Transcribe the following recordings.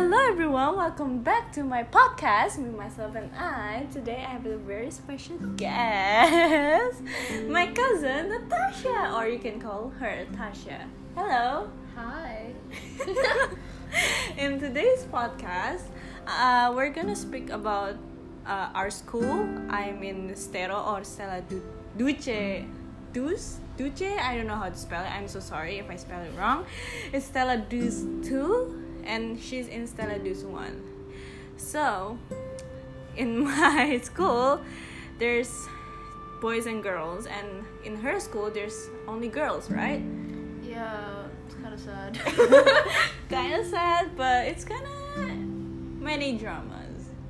everyone, welcome back to my podcast, me, myself, and I. Today I have a very special guest, my cousin Natasha, or you can call her Tasha. Hello. Hi. In today's podcast, uh, we're gonna speak about uh, our school. I'm in Stero or Stella Du- Duce. Duce? Duce? I don't know how to spell it. I'm so sorry if I spell it wrong. It's Stella Duce 2, and she's in Stella Duce 1. So, in my school, there's boys and girls, and in her school, there's only girls, right? Yeah, it's kind of sad. kind of sad, but it's kind of many dramas.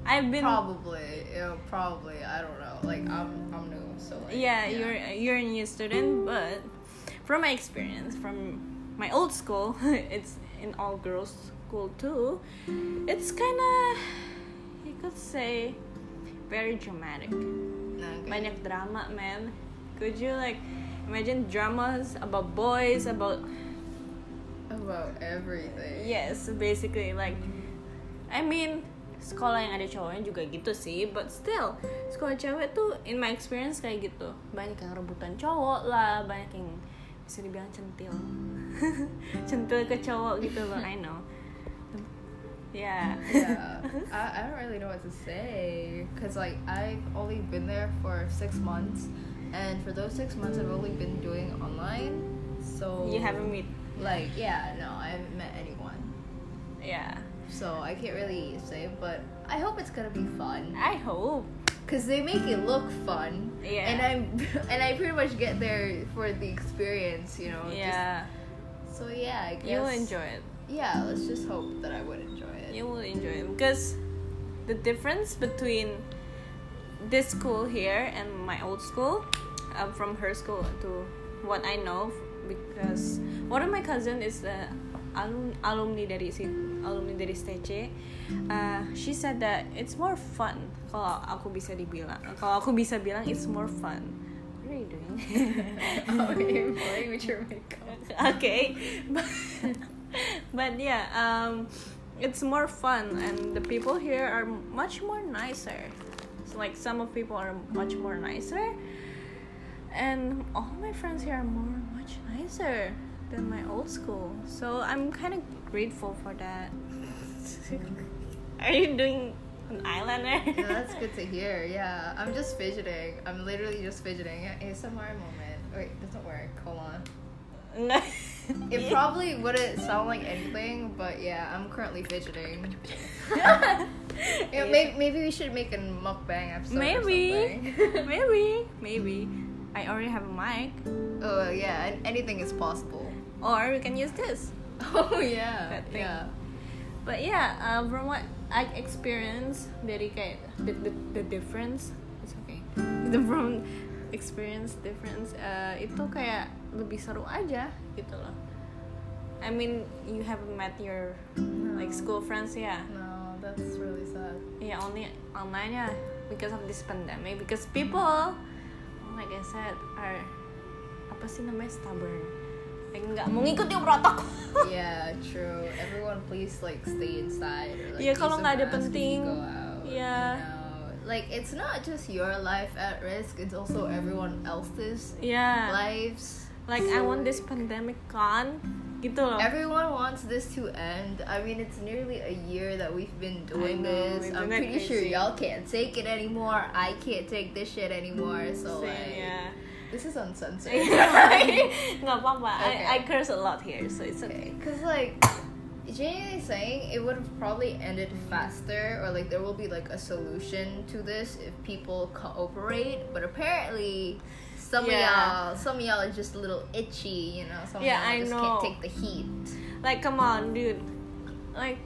I've been probably, yeah, probably. I don't know. Like I'm, I'm new, so like, yeah, you're you're a new student, but from my experience from my old school, it's an all girls school too. It's kind of you could say very dramatic. Okay. Banyak drama, man. Could you like imagine dramas about boys about about everything. Yes, basically like I mean sekolah yang ada cowoknya juga gitu sih, but still sekolah cewek tuh in my experience kayak gitu banyak yang rebutan cowok lah, banyak yang bisa dibilang centil, centil ke cowok gitu loh, I know. Yeah. Yeah, I, I don't really know what to say because like I've only been there for six months, and for those six months I've only been doing online, so you haven't meet. like yeah no I haven't met anyone, Yeah. so I can't really say but I hope it's gonna be fun. I hope. because they make it look fun. Yeah. And I'm and I pretty much get there for the experience, you know. just- Yeah. so yeah, I guess. You will enjoy it. Yeah, let's just hope that I would enjoy it. you will enjoy it because the difference between this school here and my old school um, from her school to what i know because one of my cousin is the alum, alumni dari si alumni dari STC uh, she said that it's more fun kalau aku bisa dibilang kalau aku bisa bilang it's more fun what are you doing oh, you're playing with your makeup. okay but, but yeah um it's more fun and the people here are much more nicer so like some of people are much more nicer and all my friends here are more much nicer than my old school so i'm kind of grateful for that are you doing an eyeliner Yeah, that's good to hear. Yeah, I'm just fidgeting. I'm literally just fidgeting. ASMR moment. Wait, doesn't work. Hold on. no It probably wouldn't sound like anything, but yeah, I'm currently fidgeting. Yeah, may- maybe we should make a mukbang episode. or Maybe. something. maybe maybe i already have a mic Oh yeah, an- anything is possible. or we can use this Oh yeah, That thing. yeah. but yeah uh, from what i experience dari kayak the, the, the difference it's okay the from experience difference uh, itu kayak lebih seru aja gitu loh I mean you haven't met your like school friends yeah No, that's really sad. yeah only online yeah because of this pandemic because people oh like I said are apa sih namanya stubborn like nggak mau ngikutin protokol yeah, true. Everyone, please like stay inside. Or, like, Yeah, kalau use a nggak ada mask if you penting. Go out. Yeah. You know? Like it's not just your life at risk; it's also everyone else's yeah lives. like I want this pandemic gone gitu loh Everyone wants this to end. I mean, it's nearly a year that we've been doing know, this. isn't I'm that pretty sure crazy? y'all can't take it anymore. I can't take this shit anymore. So Same, like, yeah. this is uncensored. nggak apa-apa Okay. I, I curse a lot here so it's okay Because, like, genuinely saying, it would have probably ended faster, or, like, there will be, like, a solution to this if people cooperate. But apparently, some Yeah. of y'all, some of y'all are just a little itchy, you know? Some Yeah, of y'all I just know. can't take the heat. like come on dude like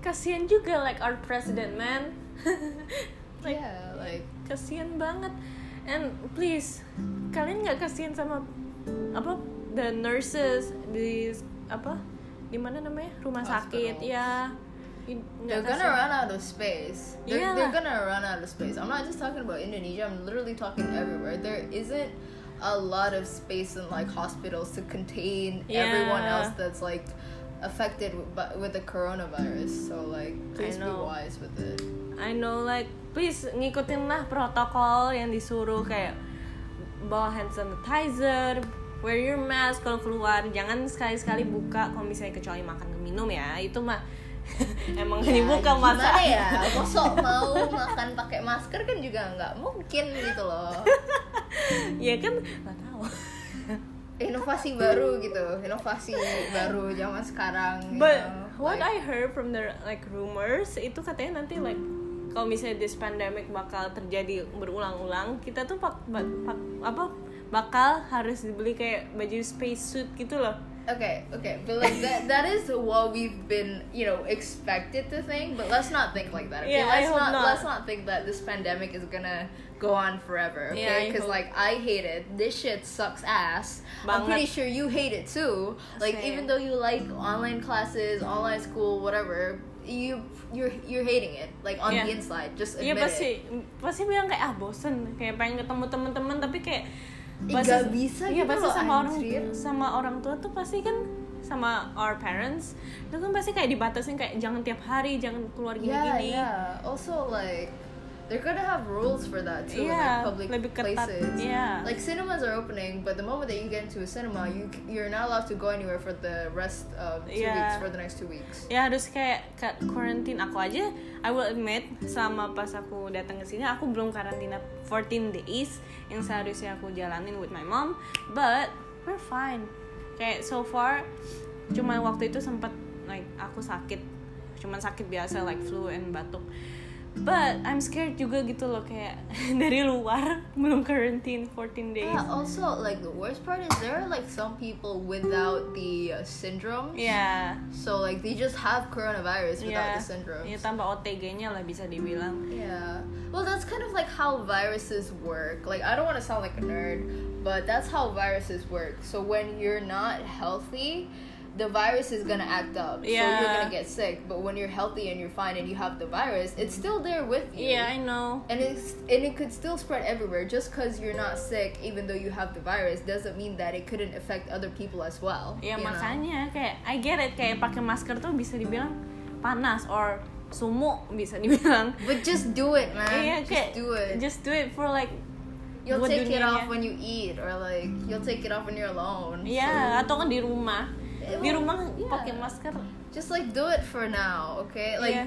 kasihan juga like our president man like yeah, like, kasihan banget and please kalian nggak kasihan sama apa the nurses di apa di mana namanya rumah sakit Hospitals. ya You- they're nggak gonna kasihan. run out of space. They're, Yeah. they're gonna run out of space. I'm not just talking about Indonesia, I'm literally talking everywhere. There isn't a lot of space in like hospitals to contain everyone Yeah. else that's like affected with, bu- with the coronavirus. So like, please be know. wise with it. I know like please ngikutin lah protokol yang disuruh kayak bawa hand sanitizer, wear your mask kalau keluar, jangan sekali-sekali buka kalau misalnya kecuali makan dan minum ya. Itu mah emang Ya, dibuka gimana masa. ya Masa mau makan pakai masker kan juga nggak mungkin gitu loh ya kan nggak tahu. inovasi baru gitu inovasi baru zaman sekarang you But know. what Like, I heard from the like rumors itu katanya nanti like kalau misalnya this pandemic bakal terjadi berulang-ulang, kita tuh pak, bak- pak- apa bakal harus dibeli kayak baju spacesuit gitu loh. okay okay but like that that is what we've been you know expected to think but let's not think like that okay Yeah, I let's hope not, not. let's not think that this pandemic is gonna go on forever Yeah, I okay because hope- like i hate it this shit sucks ass i'm Banget. pretty sure you hate it too like Same. even though you like online classes online school whatever you you're you're hating it like on Yeah. the inside just Iya admit pasti it pasti bilang kayak ah bosen kayak pengen ketemu teman-teman tapi kayak Ih, pasti- gak bisa iya gitu pasti loh, sama orang anjir. sama orang tua tuh pasti kan sama our parents itu kan pasti kayak dibatasin kayak jangan tiap hari jangan keluar yeah gini-gini yeah also like they're gonna have rules for that too Yeah, like public Iya, lebih ketat. iya. places Yeah. like cinemas are opening but the moment that you get into a cinema you c- you're not allowed to go anywhere for the rest of two Yeah. weeks for the next two weeks ya harus kayak ka- quarantine aku aja I will admit sama pas aku datang ke sini aku belum karantina 14 days yang seharusnya aku jalanin with my mom but we're fine kayak so far cuman waktu itu sempat like aku sakit cuman sakit biasa like flu and batuk but I'm scared juga gitu loh kayak dari luar belum quarantine 14 days yeah also like the worst part is there are like some people without the uh, syndrome ya so like they just have coronavirus ya without the syndrome ya tambah OTG-nya lah bisa dibilang Yeah. Well, that's kind of like how viruses work. Like, I don't want to sound like a nerd, but that's how viruses work. So, when you're not healthy, the virus is gonna act up. So, you're Yeah. gonna get sick. But when you're healthy and you're fine and you have the virus, it's still there with you. Iya, I know And, it's, and it could still spread everywhere. Just because you're not sick, even though you have the virus, doesn't mean that it couldn't affect other people as well. ya you know? makanya kayak I get it kayak pakai masker tuh bisa dibilang panas or sumuk bisa dibilang But just do it, man. iya Nah, just kayak do it. just do it for like You'll buat take it dunianya. off when you eat, or like you'll take it off when you're alone. Iya, atau So, kan di rumah Eh, di well, rumah yeah. pakai masker just like do it for now, okay? Iya. Like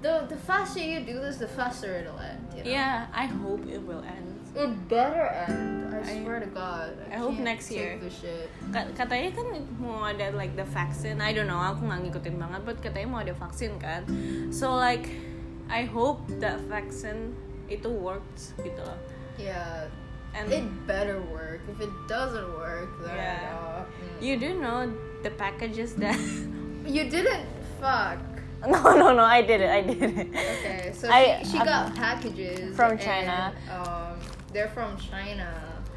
the the faster you do this, the faster it'll end. You know? yeah Iya, I hope it will end It better end. I, I- swear to God. I hope can't next take year. This shit. Ka- katanya kan mau ada like the vaccine I don't know aku nggak ngikutin banget but katanya mau ada vaksin kan so like I hope that vaccine itu works gitu loh Yeah. and It better work. If it doesn't work, then Yeah. uh, mm. you do know the packages that you didn't fuck. No, no, no. I did it. I did it. Okay, so I- she, she I- got packages From and, China. Um, they're from China.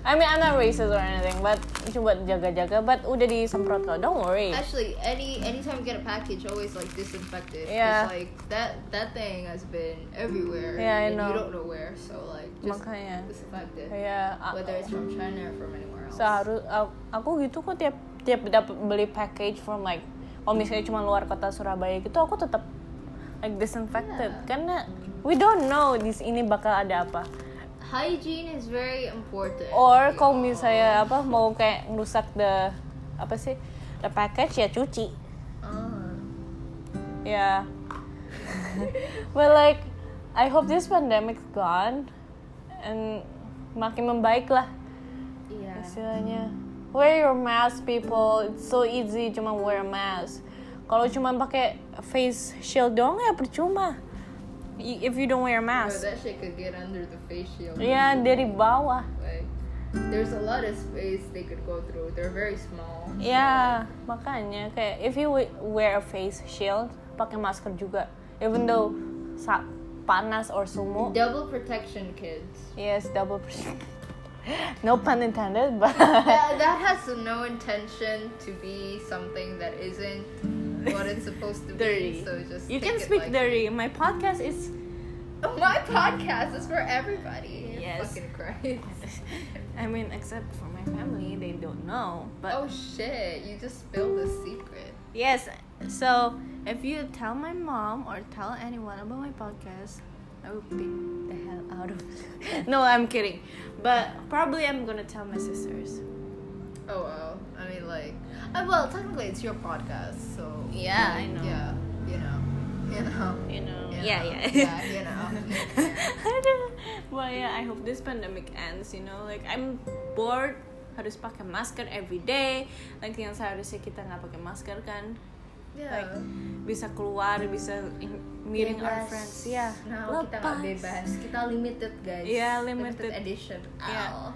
I mean, I'm not racist or anything, but coba jaga-jaga. But udah disemprot kok. Don't worry. Actually, any anytime you get a package, always like disinfect it. 'cause, Yeah. Like that that thing has been everywhere. Yeah, I and know. You don't know where, so like just Makanya. disinfect it. Kayak a- Whether it's from China or from anywhere else. seharus a- aku gitu kok tiap tiap dapat beli package from like kalau misalnya cuma luar kota Surabaya gitu aku tetap like disinfected Yeah. karena we don't know di sini bakal ada apa Hygiene is very important. or kalau y'all. misalnya apa mau kayak rusak the apa sih the package ya cuci Ah. Yeah. but like, I hope this pandemic's gone and makin membaik lah yeah. istilahnya. Wear your mask, people. It's so easy cuma wear a mask. Kalau cuma pakai face shield doang ya percuma. Y- If you don't wear a Bro, mask. that shit could get under the face shield. Ya dari bawah. Like, there's a lot of space they could go through. They're very small. Ya makanya kayak if you we- wear a face shield pakai masker juga. Even though sa- panas or sumuk Double protection, kids. Yes, double pers- No pun intended, but that, that has no intention to be something that isn't what it's supposed to be. dirty. So just you can take it speak like- dirty. My podcast is My podcast is for everybody. Yes. Fucking Christ. I mean except for my my family, they don't know. But oh shit! You just spilled the secret. yes, so if you tell my mom or tell anyone about my podcast, I will beat the hell out of it. no, I'm kidding. But probably I'm gonna tell my sisters. Oh well. I mean, like, uh, well, technically it's your podcast, so Yeah, I like, know. Yeah, you know, you know. You know. you Yeah, know, yeah. yeah, you know. I don't. Well, yeah, I hope this pandemic ends. You know, like I'm bored. Harus pakai masker every day. Like yang seharusnya kita nggak pakai masker kan. yeah. Like bisa keluar, bisa in- meeting our Bebas. friends. Yeah. Now kita nggak bebas, kita limited guys. Yeah, limited. edition. Yeah. Ow.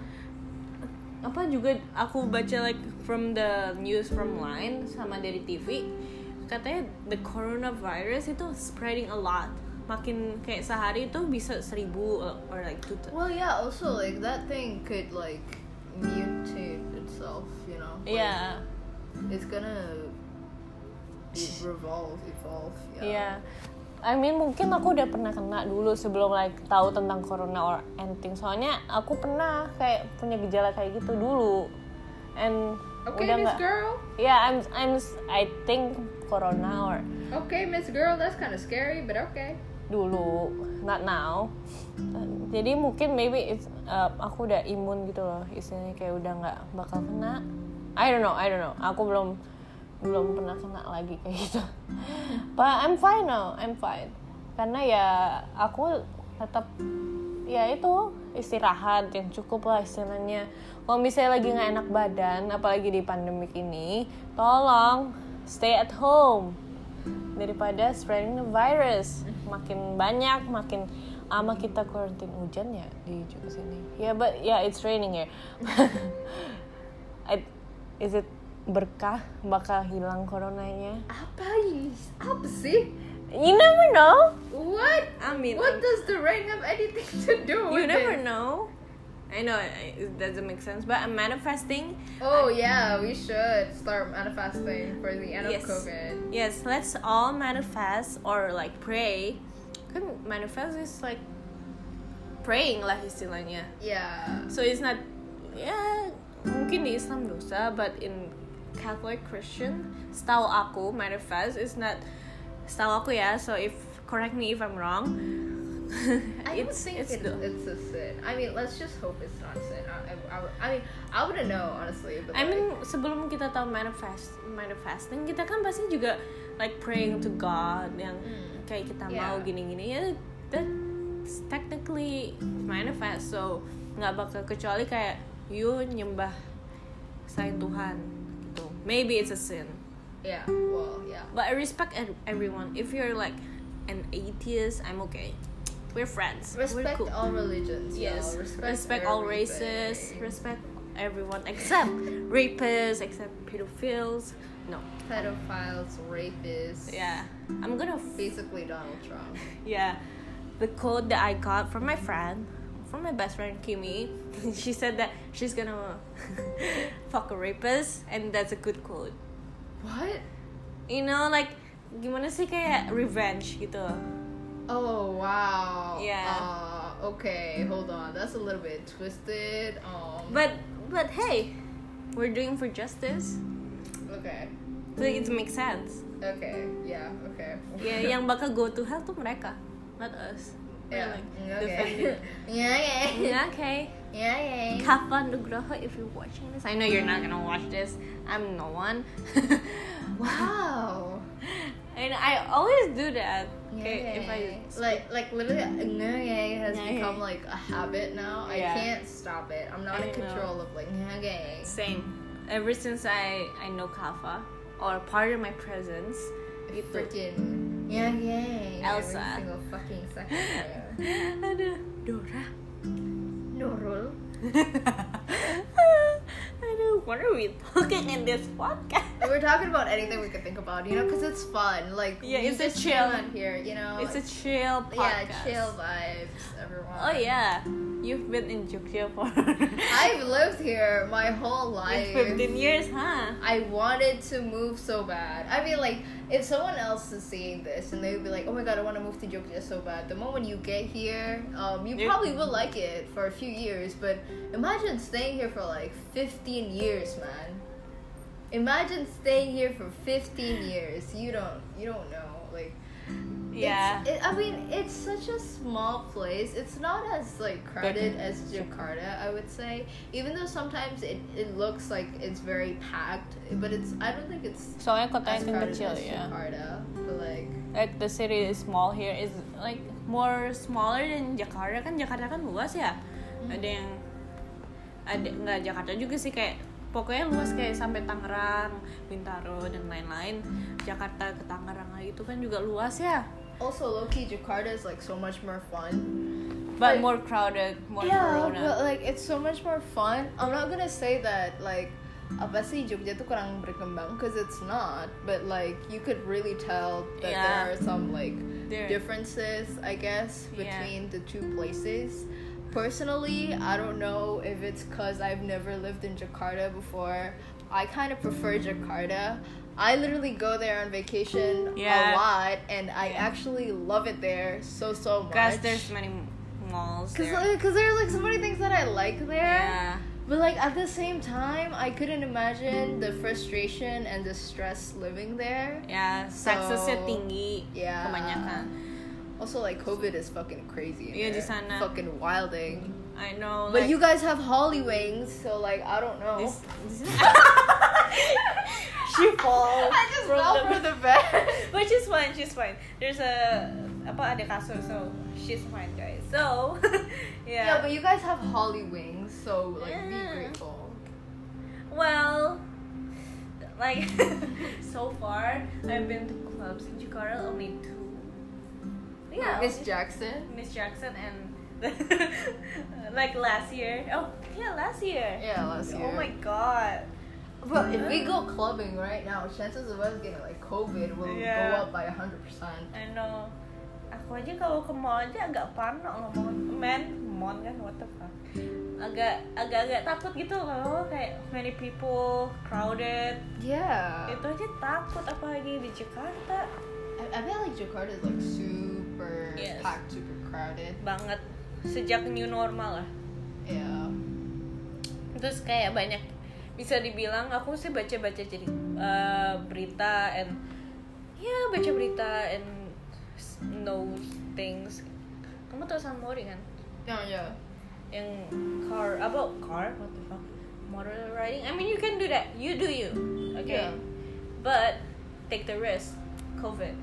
Apa juga aku baca like from the news from line sama dari TV katanya the coronavirus itu spreading a lot. Makin kayak sehari itu bisa seribu uh, or like two. Well, yeah. Also, like that thing could like mutate itself. You know. Like, Yeah. It's gonna revolve, evolve. Iya. I mean mungkin aku udah pernah kena dulu sebelum like tahu tentang corona or anything. Soalnya aku pernah kayak punya gejala kayak gitu dulu. And Okay, udah Miss nggak. Girl. Ya, yeah, I'm I'm I think corona or Okay, Miss Girl. That's kind of scary, but okay. dulu, not now. Jadi mungkin maybe it's, uh, aku udah imun gitu loh, istilahnya kayak udah nggak bakal kena. I don't know, I don't know. Aku belum belum pernah kena lagi kayak gitu. But I'm fine now, I'm fine. Karena ya aku tetap ya itu istirahat yang cukup lah istilahnya. Kalau misalnya lagi nggak enak badan, apalagi di pandemik ini, tolong stay at home daripada spreading the virus makin banyak makin ama kita quarantine hujan ya di juga sini ya but yeah it's raining here I- is it berkah bakal hilang coronanya Apa ini? Apa sih? you never know What? I mean, um, what I'm- does the rain have anything to do you with never it? know I know I- it doesn't make sense but I'm manifesting Oh yeah, we should start manifesting for the end yes of COVID. yes let's all manifest or like pray kan manifest is like praying lah istilahnya Yeah. So it's not ya mungkin di Islam dosa but in Catholic Christian setahu aku manifest is not setahu aku ya so if correct me if I'm wrong I don't think it's, do- it's a sin. I mean, let's just hope it's not a sin. I, I, I, would- I mean, I wouldn't know honestly. But I like, mean sebelum kita tahu manifest manifesting kita kan pasti juga like praying to God yang kayak kita Hmm. Yeah. mau gini-gini ya that's technically manifest so nggak bakal kecuali kayak you nyembah selain Tuhan gitu maybe it's a sin yeah. Well, yeah. But I respect ev- everyone. If you're like an atheist, I'm okay. We're friends. We're Respect cool. all religions. y'all. yes. Respect, all races. everything. Respect everyone except rapists, except pedophiles. No. Pedophiles, rapists. Yeah. I'm gonna. F- Basically, Donald Trump. yeah. The quote that I got from my friend, from my best friend Kimmy, she said that she's gonna fuck a rapist, and that's a good quote. What? You know, like gimana sih kayak revenge gitu. Oh wow. Yeah. Uh, okay, hold on. That's a little bit twisted. Um. But but hey, we're doing for justice. okay. So it makes sense. Okay. Yeah. Okay. Ya, yang bakal go to hell tuh mereka, not us. We're Yeah. like Okay. defending. yeah. Yeah. Yeah, okay. Yeah. Yeah. Kafa Nugroho, if you're watching this, I know you're not gonna watch this. I'm no one. Wow. and I always do that. Okay, Yeah. if I like like literally ngayay has Ngayay. become like a habit now. Yeah. I can't stop it. I'm not I in know. control of like ngayay. same. Ever since I I know Kafa or part of my presence, itu Freaking ngayay. Elsa. Every single fucking second. yeah. Aduh, Dora. Nurul. Aduh, what are we talking in this podcast? We're talking about anything we could think about, you know, because it's fun. Like Yeah, we it's a just chill- chill out here, you know. It's a chill podcast. yeah, chill vibes, everyone. Oh yeah, You've been in Jogja for I've lived here my whole life. 15 years, huh? I wanted to move so bad. I mean, like, if someone else is seeing this and they would be like, oh my god, I want to move to Jogja so bad, the moment you get here, um, you You- probably will like it for a few years, but imagine staying here for like 15 years, man. Imagine staying here for 15 years. You don't, you don't know. Like, Yeah. it's, it, I mean, it's such a small place. It's not as like crowded as Jakarta, I would say. Even though sometimes it, it looks like it's very packed, but it's I don't think it's Soalnya kotanya as kan crowded kecil as ya. Jakarta. But like Like the city is small here is like more smaller than Jakarta kan Jakarta kan luas ya. Hmm. Ada yang ada nggak Jakarta juga sih kayak pokoknya luas kayak sampai Tangerang, Bintaro dan lain-lain. Jakarta ke Tangerang lagi itu kan juga luas ya. also Loki Jakarta is like so much more fun. But Like- more crowded, more yeah, corona. but like it's so much more fun. I'm not gonna say that like apa sih Jogja tuh kurang berkembang because it's not but like you could really tell that Yeah. there are some like There- differences, I guess, Yeah. between the two places. Personally, I don't know if it's because I've never lived in Jakarta before. I kind of prefer Jakarta. I literally go there on vacation Yeah. a lot, and I actually love it there so, so much. Cause there's many malls Cause, there. like, 'cause there are like so many things that I like there, Yeah. but like at the same time, I couldn't imagine the frustration and the stress living there. Ya, suksesnya So, tinggi yeah. kebanyakan. Also, like COVID is fucking crazy. in Yeah, di there. sana. Fucking wilding. I know. But like, you guys have Holly wings, so like I don't know. this, this she falls. I just from fell the- from the bed. But she's fine, she's fine. There's a apa ada kasur, so she's fine, guys. So, Yeah. yeah. but you guys have Holly wings, so like Yeah. be grateful. well, like so far, I've been to clubs in Jakarta only two. Yeah, Miss only- Jackson. Miss Jackson and like last year. Oh yeah, last year. Yeah, last year. Oh my god. But if we go clubbing right now, chances of us getting like COVID will Yeah. go up by hundred percent. I know. Aku aja kalau ke mall aja agak parno loh mau men mall kan what the fuck. Agak agak agak takut gitu loh kayak many people crowded. Yeah. Itu aja takut apalagi di Jakarta I, I bet like Jakarta is like super Yes. packed, super crowded. banget sejak new normal lah. Yeah. Terus kayak banyak bisa dibilang aku sih baca-baca jadi eh, berita and ya baca berita and s- know things. Kamu tahu Samori kan? No, Oh, yeah. yang car about car what the fuck motor riding i mean you can do that you do you okay Yeah. but take the risk covid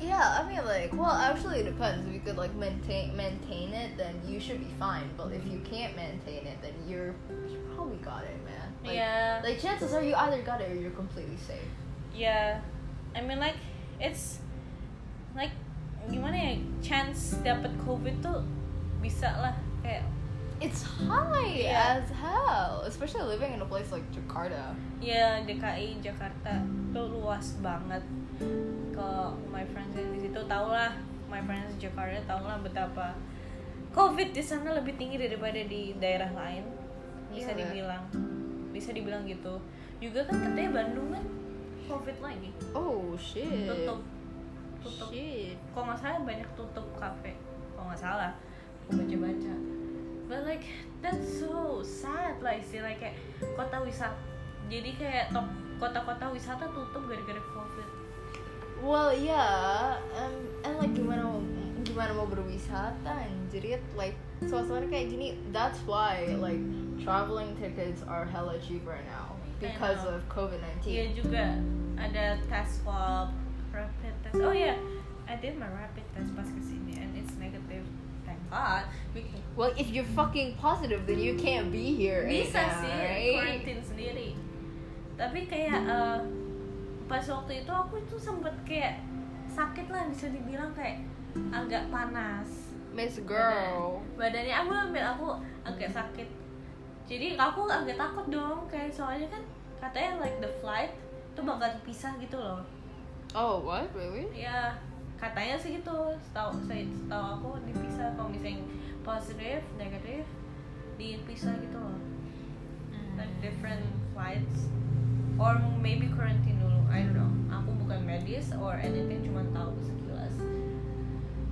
Yeah, I mean, like, well, actually, it depends. If you could like maintain maintain it, then you should be fine. But if you can't maintain it, then you're you probably got it, man. Like, yeah Like chances are you either got it or you're completely safe. yeah i mean like it's like gimana ya chance dapat covid tuh bisa lah kayak It's high Yeah. as hell, especially living in a place like Jakarta. ya DKI Jakarta tuh luas banget kalau my friends yang di situ tau lah my friends di Jakarta tau lah betapa covid di sana lebih tinggi daripada di daerah lain bisa Iya. dibilang bisa dibilang gitu juga kan katanya Bandung kan covid lagi Oh shit. tutup tutup Shit. kalau nggak salah banyak tutup kafe kalau nggak salah aku baca baca but like that's so sad lah istilah kayak kota wisata jadi kayak top kota-kota wisata tutup gara-gara covid Well, yeah. Um, and like gimana mau gimana mau berwisata anjir like suasana kayak gini that's why like traveling tickets are hella cheaper now because know. of COVID-19. iya juga ada tes swab rapid test oh ya yeah. I did my rapid test pas kesini and it's negative thank god We can- Well, if you're fucking positive then you can't be here. right bisa now, sih Iya, right? quarantine sendiri tapi kayak eh, pas waktu itu aku tuh sempet kayak sakit lah bisa dibilang kayak agak panas Miss girl. badannya aku ambil aku agak sakit jadi aku agak takut dong kayak soalnya kan katanya like the flight tuh bakal dipisah gitu loh Iya, Oh, what? Really? ya katanya sih gitu setahu saya- setahu aku dipisah kalau misalnya positif negatif dipisah gitu loh like Mm. different flights or maybe quarantine dulu I don't know aku bukan medis or anything cuma tahu sekilas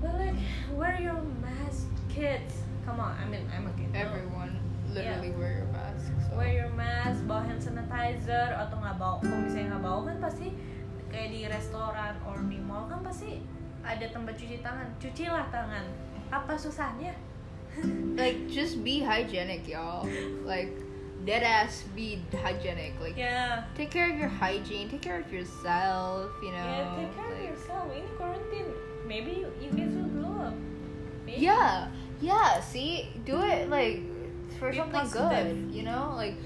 but like wear your mask kids come on I mean I'm a kid Everyone literally wear your mask. So. wear your mask bawa hand sanitizer atau nggak bawa kalau misalnya nggak bawa kan pasti kayak di restoran or di mall kan pasti ada tempat cuci tangan cucilah tangan apa susahnya like just be hygienic, y'all. Like dead ass be hygienic. Like ya take care of your hygiene, take care of yourself, you know. ya take care of like- yourself ini quarantine maybe you, you guys will blow up Maybe. Yeah, yeah. See, do it like for Be something positive. good. You know, like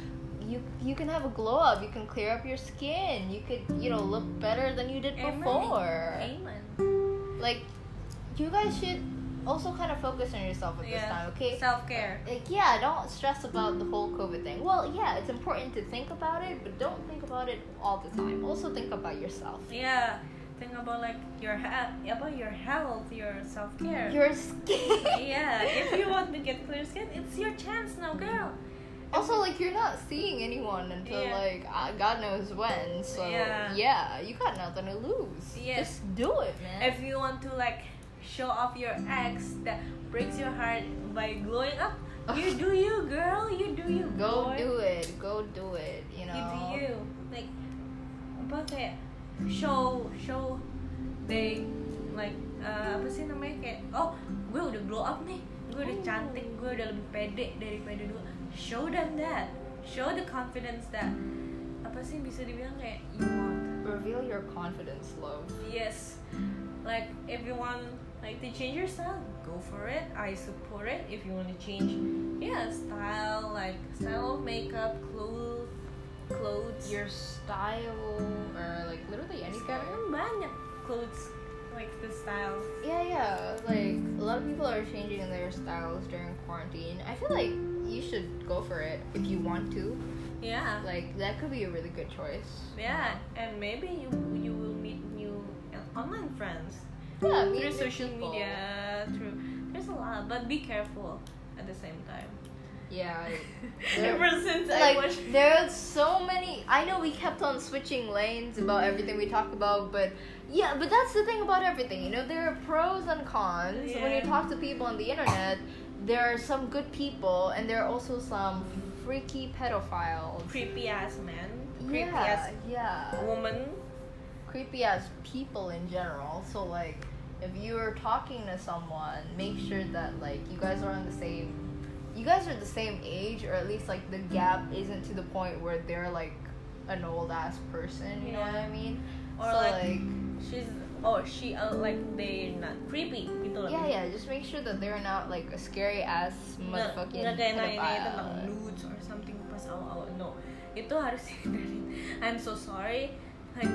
you you can have a glow up. You can clear up your skin. You could you know look better than you did Amen. before. Amen. Like you guys should also kind of focus on yourself at this Yeah. time. Okay. self care like yeah, don't stress about the whole COVID thing. Well, yeah, it's important to think about it, but don't think about it all the time. Also think about yourself. yeah think about like your health about your health your self care Your skin. yeah, if you want to get clear skin, it's your chance now, girl. Also, like you're not seeing anyone until Yeah. like uh, God knows when. So Yeah. yeah. you got nothing to lose. Yeah. Just do it, man. If you want to like show off your ex that breaks your heart by glowing up, you do you, girl. You do you. Go boy. do it. Go do it. You You do know. you. Like, apa kayak show show they like uh, apa sih namanya kayak oh gue udah glow up nih gue udah Oh. cantik gue udah lebih pede daripada dulu show them that show the confidence that apa sih bisa dibilang kayak you want Reveal your confidence, love. Yes. Like if you want like to change your style, go for it. I support it. If you want to change yeah, style, like style of makeup, clothes clothes. Your style, or like literally sekarang anything. kan banyak clothes like the style. Yeah, yeah. Like a lot of people are changing their styles during quarantine. I feel like you should go for it if you want to. Yeah. Like that could be a really good choice. Yeah, and maybe you you will meet new online friends Yeah, meet through new social people. media, through there's a lot, but be careful at the same time. Yeah. There- Ever since I like watched there are so many i know we kept on switching lanes about everything we talk about but yeah but that's the thing about everything you know there are pros and cons when you Yeah. talk to people on the internet there are some good people and there are also some freaky pedophiles creepy ass man, creepy yeah ass yeah woman creepy as people in general. So like, if you are talking to someone, make sure that like you guys are on the same, you guys are the same age, or at least like the gap isn't to the point where they're like an old ass person. You know what I mean? Or, so like, like, she's oh she uh, like they not creepy gitu loh yeah, yeah, just make sure that they're not like a scary ass Nggak- motherfucking nggak kayak nanya tentang pedophile. nudes or something pas awal-awal no itu harus dihindarin I'm so sorry like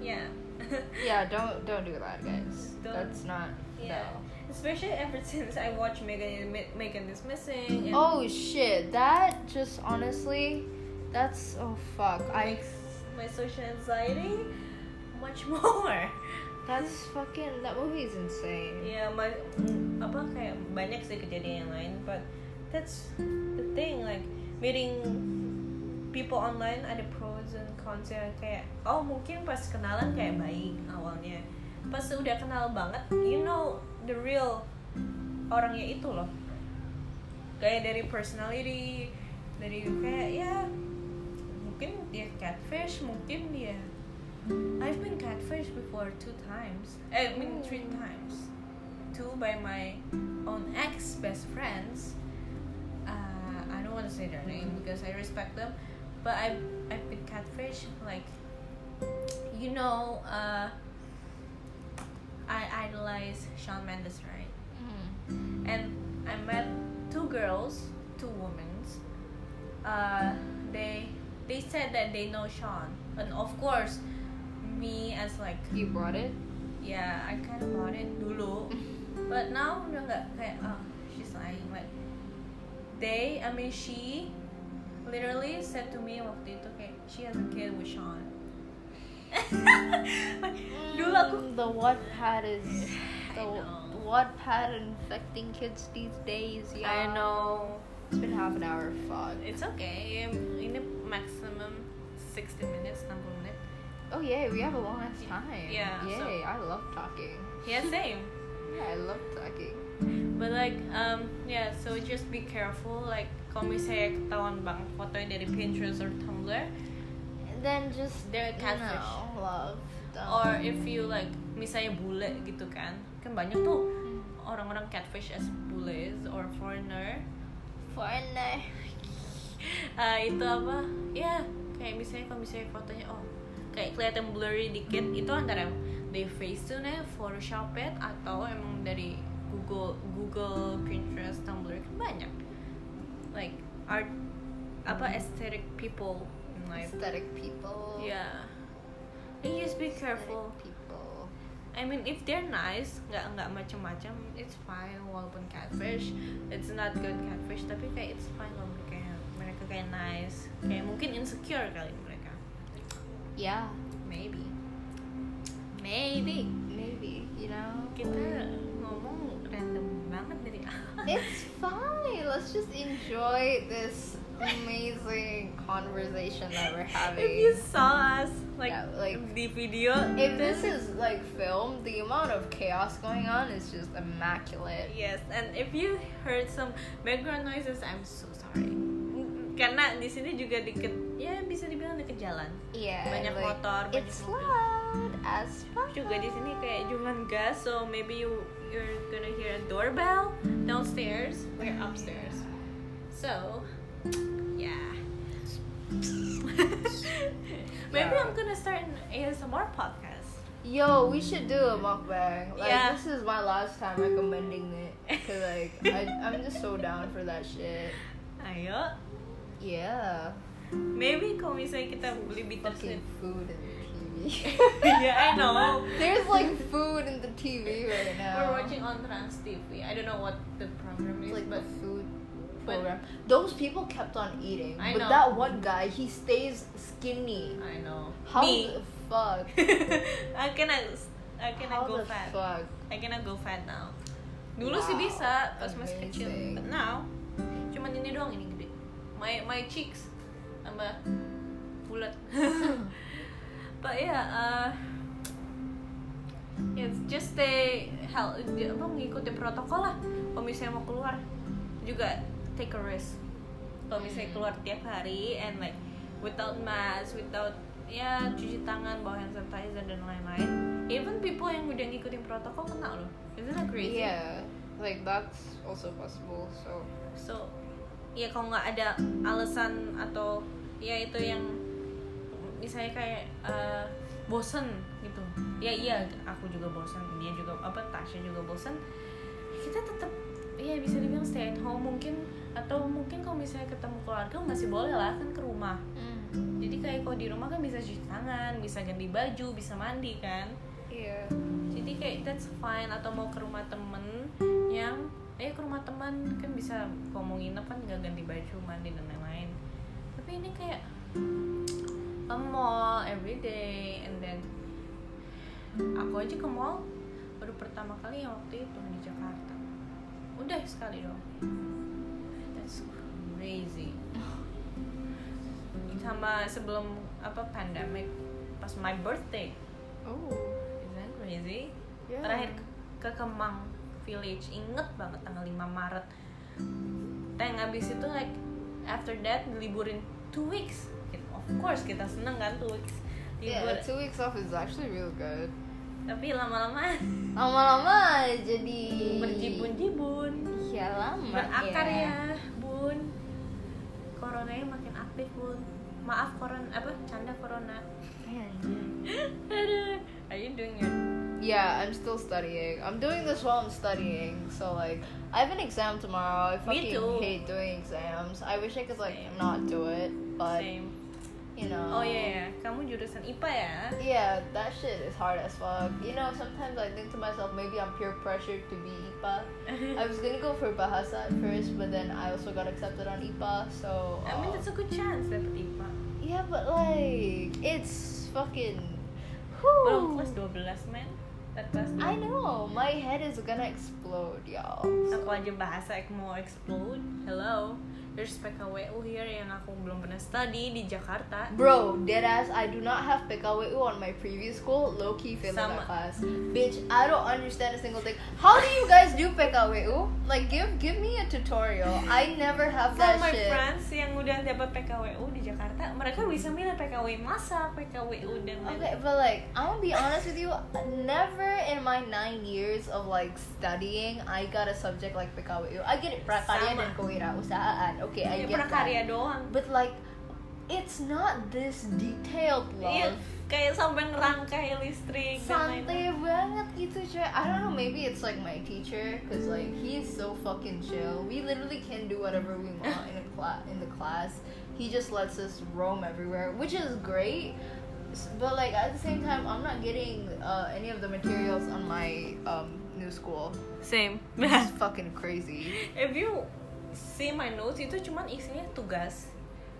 yeah Yeah, don't don't do that, guys. Don't- That's not. yeah No. especially ever since I watch Megan Megan is missing and Oh shit! That just honestly, that's oh fuck. I makes my social anxiety much more That's fucking that movie is insane. ya ma- apa kayak banyak sih kejadian yang lain but that's the thing like meeting people online ada pros and cons ya kayak oh mungkin pas kenalan kayak baik awalnya pas udah kenal banget you know the real orangnya itu loh kayak dari personality dari kayak ya mungkin dia catfish mungkin dia I've been catfish before two times eh, I mean three times two by my own ex best friends uh, I don't want to say their name because I respect them but I've, I've been catfish like you know uh, I idolize Shawn Mendes right Hmm. and I met two girls, two women. Uh, they they said that they know Sean, and of course, me as like You brought it? yeah, I kind of bought it dulu, but now udah nggak kayak ah she's lying like they I mean she literally said to me waktu itu kayak she has a kid with Sean. dulu aku the Wattpad is the I know. Wattpad infecting kids these days. I Yeah. know. It's been half an hour of fog. Um, It's okay. Ini maximum 60 minutes, 60 menit. Oh yay, we have a long ass time. Yeah, Yay, so- I love talking. Yeah, same. Yeah, I love talking. But like, um, yeah, so just be careful. Like, kalau misalnya ketahuan banget fotonya dari Pinterest or Tumblr, And then just They're you catfish. know, love. don't- or if you like, misalnya bule gitu kan, kan banyak tuh orang-orang catfish as bules or foreigner. foreigner. Ah, itu apa? Ya, kayak misalnya kalau misalnya fotonya, oh, kayak kelihatan blurry dikit, itu antara they Facetune nya Photoshop it, atau emang dari Google, Google, Pinterest, Tumblr, kan banyak. Like art, apa aesthetic people in life. Aesthetic people. Yeah. And just be careful. Aesthetic people. I mean, if they're nice, nggak nggak macam-macam, it's fine. Walaupun catfish, it's not good catfish, tapi kayak it's fine loh mereka mereka kayak nice, kayak mungkin insecure kali mereka, Yeah. maybe, maybe. Maybe, you know? Kita ngomong random banget dari awal. It's fine. Let's just enjoy this amazing conversation that we're having. If you saw us like, Yeah, like, di video, itu- If this is like film, the amount of chaos going on is just immaculate. Yes, and if you heard some background noises, I'm so sorry. Karena di sini juga deket, ya bisa dibilang deket jalan. Yeah. Banyak like, motor, banyak It's mobil. loud as fuck. Juga di sini kayak cuman gas, so maybe you you're gonna hear a doorbell downstairs, we're upstairs. So, yeah. maybe Yeah. I'm gonna start an ASMR podcast. Yo, we should do a mukbang. Like Yeah. this is my last time recommending it. Cause like I, I'm just so down for that shit. Ayo, Yeah. maybe kalau misalnya kita beli bitters Fucking food in the TV. yeah, I know. There's like food in the TV right now. We're watching on Trans TV. I don't know what the program is, It's like but the food but- program. Those people kept on eating, I know. but that one guy, he stays skinny. I know. How Me. the fuck? I cannot. I cannot How go the fat. fuck? I cannot go fat now. Dulu sih Wow, bisa pas masih kecil, amazing. but now cuman ini doang ini gede. My my cheeks sama bulat. but yeah, uh, yeah, just stay hel di- apa mengikuti protokol lah. Kalau misalnya mau keluar juga take a risk. Kalau Hmm. misalnya keluar tiap hari and like without mask, without ya cuci tangan, bawa hand sanitizer dan lain-lain. Even people yang udah ngikutin protokol kena loh. Isn't that crazy? Yeah, like that's also possible. So So, ya kalau nggak ada alasan atau ya itu yang misalnya kayak eh, bosen gitu. Ya iya, aku juga bosen, dia juga apa Tasya juga bosen. Kita tetap ya bisa dibilang stay at home mungkin atau mungkin kalau misalnya ketemu keluarga masih boleh lah kan ke rumah. Jadi kayak kalau di rumah kan bisa cuci tangan, bisa ganti baju, bisa mandi kan yeah, jadi kayak that's fine atau mau ke rumah temen yang eh ke rumah teman kan bisa ngomongin apa nggak ganti baju mandi dan lain-lain tapi ini kayak a mall every day and then aku aja ke mall baru pertama kali yang waktu itu di Jakarta udah sekali dong that's crazy sama sebelum apa pandemic pas my birthday oh Is that crazy? yeah. Terakhir ke, ke Kemang Village, inget banget tanggal 5 Maret. Teng abis itu like after that diliburin two weeks. Gitu. Of course kita seneng kan two weeks libur. yeah, two weeks off is actually real good. Tapi lama-lama Lama-lama jadi berjibun-jibun. Ya lama. Berakar yeah. ya, Bun. Coronanya makin aktif, Bun. Maaf koron apa canda corona. Aduh. Are you doing your Yeah, I'm still studying. I'm doing this while I'm studying. So like, I have an exam tomorrow. I Me fucking too. hate doing exams. I wish I could like Same. not do it, but same? you Oh know. iya ya, kamu jurusan IPA ya? Yeah, that shit is hard as fuck. You know, sometimes I think to myself, maybe I'm peer pressured to be IPA. I was gonna go for Bahasa at first, but then I also got accepted on IPA, so. I mean uh, that's a good chance dapet IPA yeah, but like, it's fucking. Belum Whew. kelas 12 men that past I know. My head is gonna explode, y'all. aku aja bahasa ek mau explode hello there's PKWU here yang aku belum pernah study di Jakarta Bro, deadass, I do not have PKWU on my previous school. Low key failed Sama. that class. Bitch, I don't understand a single thing. How do you guys do PKWU? Like, give give me a tutorial. I never have Some that my shit. friends yang udah dapat PKWU di Jakarta mereka bisa milih PKW masak PKWU dan lain Okay, but like, I'm gonna be honest with you. Never in my nine years of like studying, I got a subject like PKWU. I get it, prakarya Sama. dan kewirausahaan. Okay, I ya get pernah that. karya doang But like, it's not this detailed love. Iya, kayak sampai ngerangkai listrik dan lain-lain. Santai banget gitu cuy. I don't know, maybe it's like my teacher, cause like he's so fucking chill. We literally can do whatever we want in a class. In the class, he just lets us roam everywhere, which is great. S- But like at the same time, I'm not getting uh, any of the materials on my um, new school. Same. Nah, Which is fucking crazy. If you see my notes itu cuman isinya tugas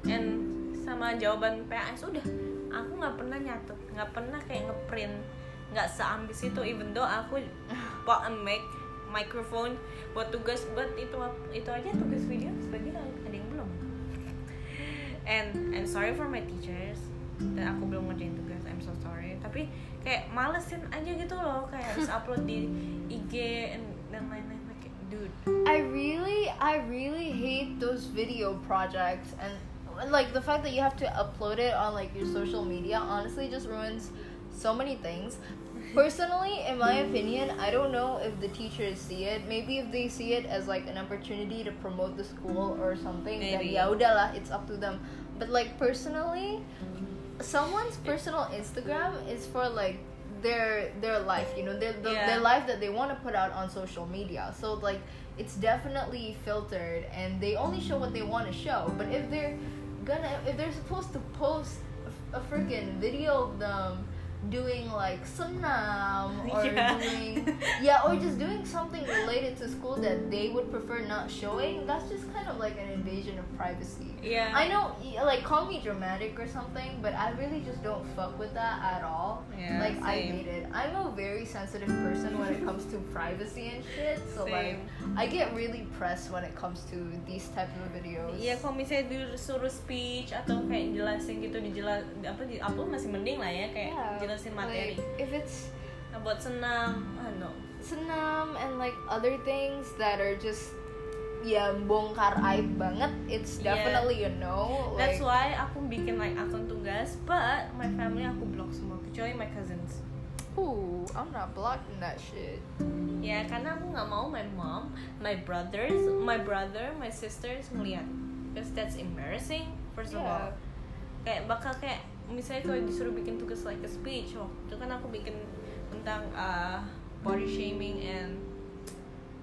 and sama jawaban PAS udah. Aku nggak pernah nyatet, nggak pernah kayak ngeprint, nggak seambis itu. Even though aku pot and make microphone buat tugas, buat itu itu aja tugas video sebagian ada yang belum. And I'm sorry for my teachers dan aku belum ngerjain tugas. I'm so sorry. Tapi kayak malesin aja gitu loh kayak harus upload di IG and- dan lain-lain like dude I really, I really hate those video projects and like the fact that you have to upload it on like your social media honestly just ruins so many things. Personally, in my opinion, I don't know if the teachers see it. Maybe if they see it as like an opportunity to promote the school or something, then Maybe. ya udahlah, it's up to them. But like personally, someone's personal Instagram is for like their their life, you know, their the, Yeah. their life that they want to put out on social media. So like it's definitely filtered and they only show what they want to show. But if they're gonna if they're supposed to post a, a freaking video of them doing like sunnam or Yeah. doing yeah or just doing something related to school that they would prefer not showing, that's just kind of like an invasion of privacy. Yeah. I know, y- like, call me dramatic or something, but I really just don't fuck with that at all. Yeah, like, I same. hate it. I'm a very sensitive person when it comes to privacy and shit, so, like, I get really pressed when it comes to these types of videos. Iya kalau misalnya disuruh speech atau kayak jelasin gitu dijelas apa di upload masih mending lah ya kayak Yeah, jelasin materi. Iya. Like, if it's Nah, buat senam, ah no. senam and, like, other things that are just, yeah, bongkar aib banget, it's Yeah. definitely a no. Like, That's why aku bikin like akun tugas, but my family aku block semua kecuali my cousins. ooh, I'm not blocking that shit. Ya karena aku nggak mau my mom, my brothers, my brother, my sisters ngeliat, because that's embarrassing first of all. Yeah. kayak bakal kayak misalnya kalau disuruh bikin tugas like a speech waktu itu kan aku bikin tentang uh, body shaming and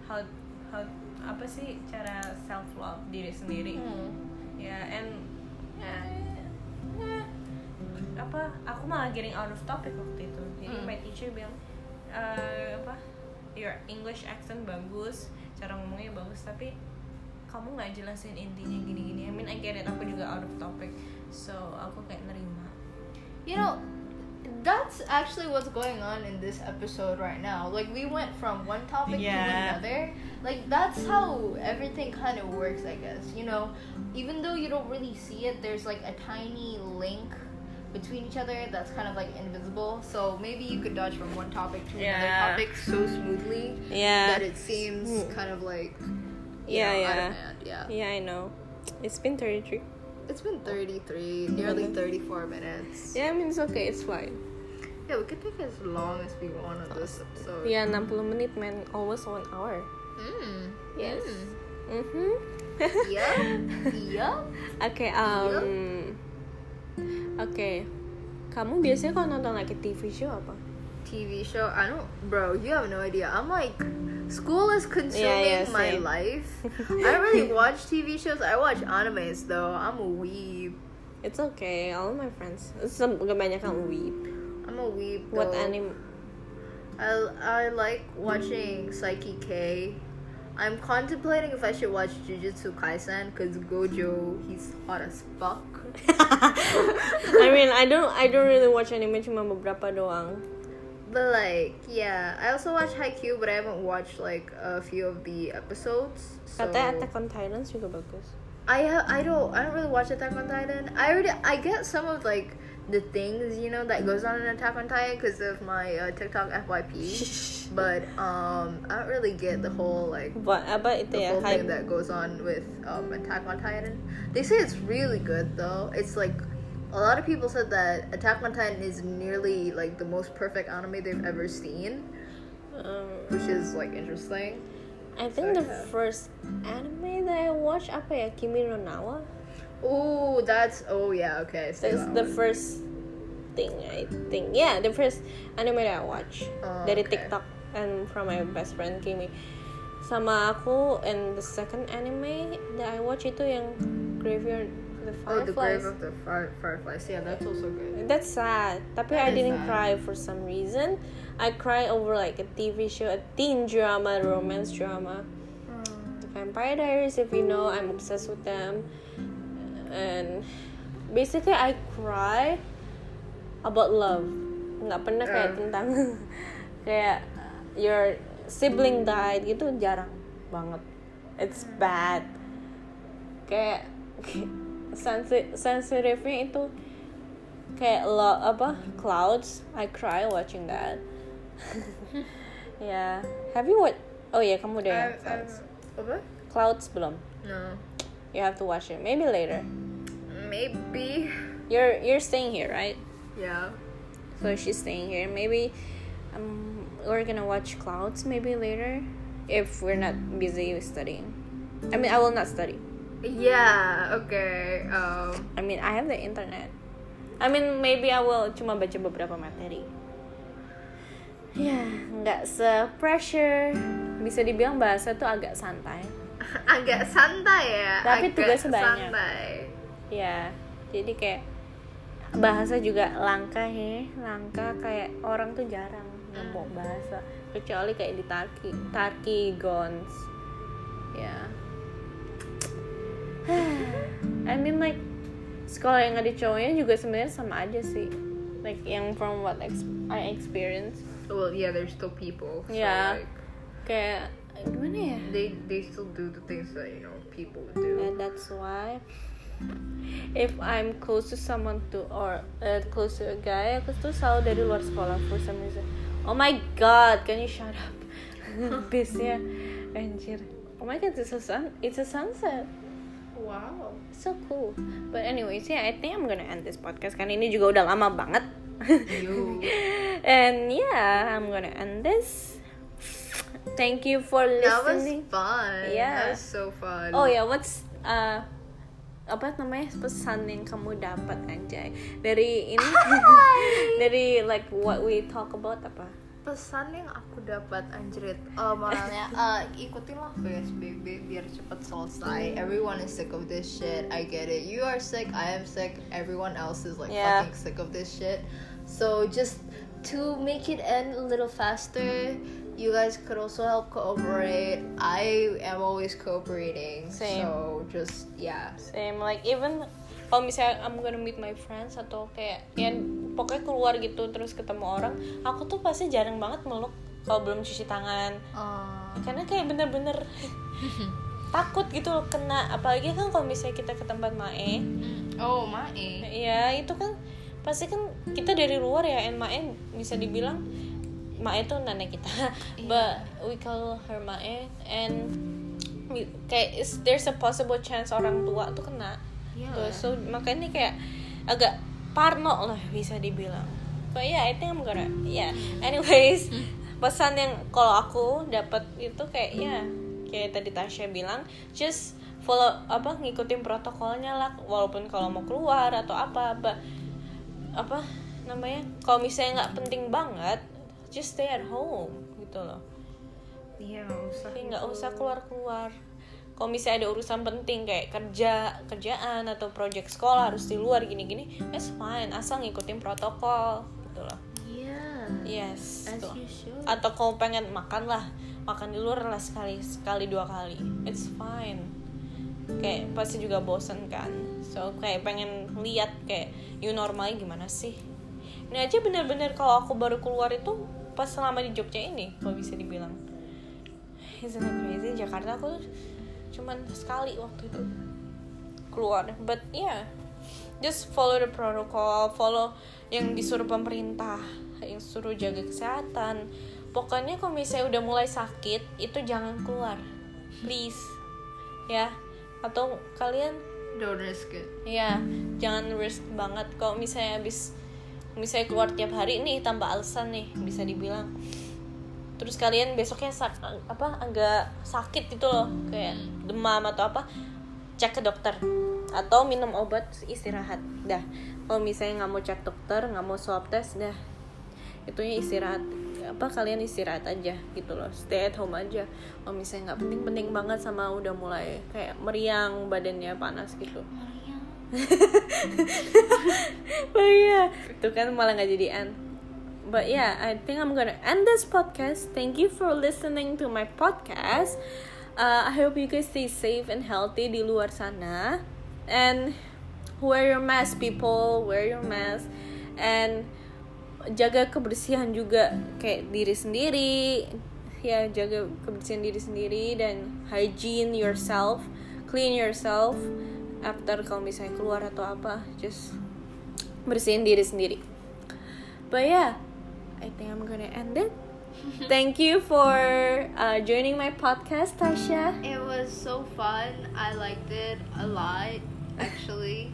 how how apa sih cara self love diri sendiri Hmm. ya and ya, ya, apa aku malah getting out of topic waktu itu jadi Hmm. my teacher bilang "Eh, apa your English accent bagus cara ngomongnya bagus tapi kamu nggak jelasin intinya gini-gini I mean I get it aku juga out of topic so aku kayak nerima You know, that's actually what's going on in this episode right now. Like we went from one topic Yeah. to another. Like that's how everything kind of works, I guess. You know, even though you don't really see it, there's like a tiny link between each other that's kind of like invisible. So maybe you could dodge from one topic to Yeah. another topic so smoothly Yeah. that it seems kind of like you Yeah, know, out yeah. of hand. Yeah. yeah Ya, I know it's been 33 It's been 33, nearly 34 minutes. yeah I mean it's okay it's fine Yeah, we could take as long as we want on this episode. yeah 60 Ya, menit man always one hour Mm. Yes. Mm. mm-hmm Yup. yup. Oke, um, oke. Kamu biasanya kalau nonton like TV show apa? TV show. I don't, bro. You have no idea. I'm like, school is yeah, consuming same. my life. I don't really watch TV shows. I watch animes though. I'm a weeb. It's okay, all my friends. Some kebanyakan weep. I'm a weeb. What though. anime? I I like watching Psyche K. I'm contemplating if I should watch Jujutsu Kaisen because Gojo, he's hot as fuck. I mean, I don't, I don't really watch anime cuma beberapa doang. But like, yeah, I also watch Haikyuu, but I haven't watched like a few of the episodes. So Katanya Attack on Titans juga bagus. I ha- I don't I don't really watch Attack on Titan. I already I get some of like the things you know that goes on in Attack on Titan because of my uh, TikTok FYP, but um I don't really get the whole like Buat apa itu the ya? whole thing Hype. that goes on with um, Attack on Titan. They say it's really good though. It's like a lot of people said that Attack on Titan is nearly like the most perfect anime they've ever seen, Um, which is like interesting. I think the first anime that I watched apa ya Kimi no Nawa. Oh, that's oh yeah okay. I see That's that the one. first thing I think. Yeah, the first anime that I watch Oh, dari okay. TikTok and from my best friend Kimi. Sama aku and the second anime that I watch itu yang Graveyard of the Oh, the Fireflies. grave of the fire, fireflies. Yeah, that's also good. That's sad. Tapi That I is didn't sad. cry for some reason. I cry over like a TV show, a teen drama, romance drama. Hmm. The Vampire Diaries, if you know, I'm obsessed with them. And basically I cry about love. Nggak pernah kayak Uh. tentang kayak your sibling died gitu jarang banget. Hmm. It's bad. Kayak sensi- sensitifnya itu kayak lo apa clouds I cry watching that yeah have you what oh yeah kamu udah ya, I- clouds I- what? clouds belum No. you have to watch it maybe later Maybe. you're you're staying here right Yeah. so she's staying here maybe um we're gonna watch clouds maybe later if we're not busy with studying I mean I will not study Yeah. Okay. Um. I mean I have the internet I mean maybe I will cuma baca beberapa materi ya nggak se pressure bisa dibilang bahasa tuh agak santai Agak santai ya. Tapi agak tugasnya banyak. Santai. ya jadi kayak bahasa juga langka ya langka kayak orang tuh jarang nemu bahasa kecuali kayak di Tarki Tarki Gons ya I mean like sekolah yang ada cowoknya juga sebenarnya sama aja sih like yang from what ex- I experience Well, yeah, there's still people. So Yeah. Like, kayak gimana ya they they still do the things that you know people would do. and that's why if I'm close to someone to or uh, close to a guy aku tuh selalu dari luar sekolah for some reason oh my god can you shut up bisnya anjir oh my god it's a sun it's a sunset Wow. so cool but anyways yeah I think I'm gonna end this podcast karena ini juga udah lama banget You. and yeah I'm gonna end this thank you for that was listening fun. Yeah. That was so fun. Oh ya, what's uh, apa namanya pesan yang kamu dapat anjay dari ini dari like what we talk about apa? pesan yang aku dapat anjrit eh, moralnya eh, ikutinlah PSBB biar cepat Mm. selesai everyone is sick of this shit I get it you are sick I am sick everyone else is like Yeah. fucking sick of this shit so just to make it end a little faster you guys could also help cooperate I am always cooperating Same. so just yeah Same like even kalau misalnya I'm gonna meet my friends atau kayak ya pokoknya keluar gitu terus ketemu orang, aku tuh pasti jarang banget meluk kalau belum cuci tangan uh, karena kayak bener-bener takut gitu loh kena apalagi kan kalau misalnya kita ke tempat mae oh my Ya itu kan pasti kan kita dari luar ya and Mae bisa dibilang Mae itu nenek kita but we call her Mae and we- kayak is, there's a possible chance orang tua tuh kena Yeah. Tuh, so makanya kayak agak parno lah bisa dibilang but yeah I think I'm gonna yeah anyways pesan yang kalau aku dapat itu kayak ya kayak tadi Tasya bilang just follow apa ngikutin protokolnya lah walaupun kalau mau keluar atau apa but apa namanya kalau misalnya nggak penting banget just stay at home gitu loh yeah Kayak nggak usah keluar-keluar kalau misalnya ada urusan penting kayak kerja kerjaan atau project sekolah harus di luar gini-gini that's fine asal ngikutin protokol gitu loh yeah yes gitu. as tuh. you should atau kalau pengen makan lah makan di luar lah sekali sekali dua kali it's fine kayak pasti juga bosen kan so kayak pengen lihat kayak you normalnya gimana sih ini aja bener-bener kalau aku baru keluar itu pas selama di Jogja ini kalau bisa dibilang isn't it crazy Jakarta aku tuh cuman sekali waktu itu keluar but yeah just follow the protocol follow yang disuruh pemerintah yang suruh jaga kesehatan pokoknya kalau misalnya udah mulai sakit itu jangan keluar please ya atau kalian Don't risk it. ya jangan risk banget kalau misalnya habis misalnya keluar tiap hari nih tambah alasan nih bisa dibilang terus kalian besoknya sak, apa agak sakit gitu loh kayak demam atau apa cek ke dokter atau minum obat terus istirahat dah kalau misalnya nggak mau cek dokter nggak mau swab test dah itunya istirahat apa kalian istirahat aja gitu loh stay at home aja kalau misalnya nggak penting-penting banget sama udah mulai kayak meriang badannya panas gitu oh iya itu kan malah nggak jadi end but yeah I think I'm gonna end this podcast thank you for listening to my podcast uh, I hope you guys stay safe and healthy di luar sana and wear your mask people wear your mask and jaga kebersihan juga kayak diri sendiri ya jaga kebersihan diri sendiri dan hygiene yourself clean yourself after kalau misalnya keluar atau apa just bersihin diri sendiri but yeah I think I'm gonna end it thank you for uh, joining my podcast Tasha It was so fun. I liked it a lot, actually.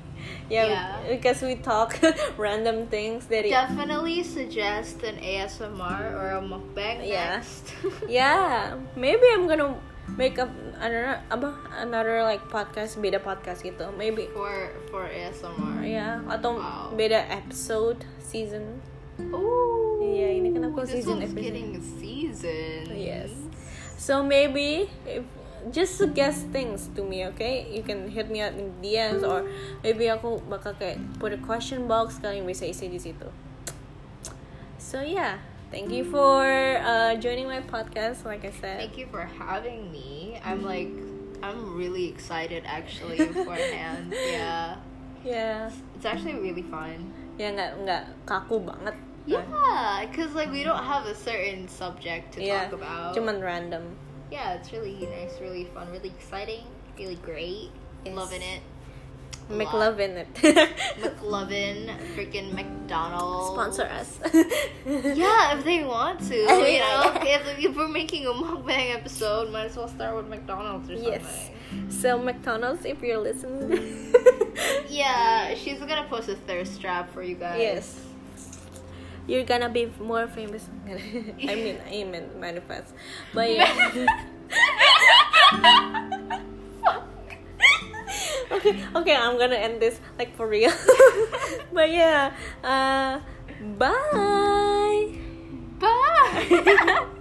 yeah, Yeah. because we talk random things dari Definitely suggest an ASMR or a mukbang Yeah. next. yeah maybe I'm gonna make up another apa another like podcast beda podcast gitu maybe for for ASMR. ya atau Wow. beda episode season Ooh. Iya, ini kan aku this season one's episode. getting a season. Yes. So maybe if just suggest things to me, okay? You can hit me up in DMs or maybe aku bakal kayak put a question box kalian bisa isi di situ. So yeah, thank you for uh, joining my podcast. Like I said, Thank you for having me. Mm-hmm. I'm like I'm really excited actually beforehand. yeah. yeah, It's actually really fun. ya nggak nggak kaku banget. Yeah, because like we don't have a certain subject to Yeah, talk about. cuman random. Yeah, it's really nice, really fun, really exciting, really great. Yes. Loving it. A Make lot. love in it. McLovin, freaking McDonald's. Sponsor us. Yeah, if they want to. Yeah, You know, yeah. if, if we're making a mukbang episode, might as well start with McDonald's or something. Yes. So McDonald's, if you're listening. Yeah, she's gonna post a thirst trap for you guys. Yes. You're gonna be more famous. I mean, I mean manifest. But yeah. okay, okay, I'm gonna end this like for real. but yeah, uh, bye. Bye!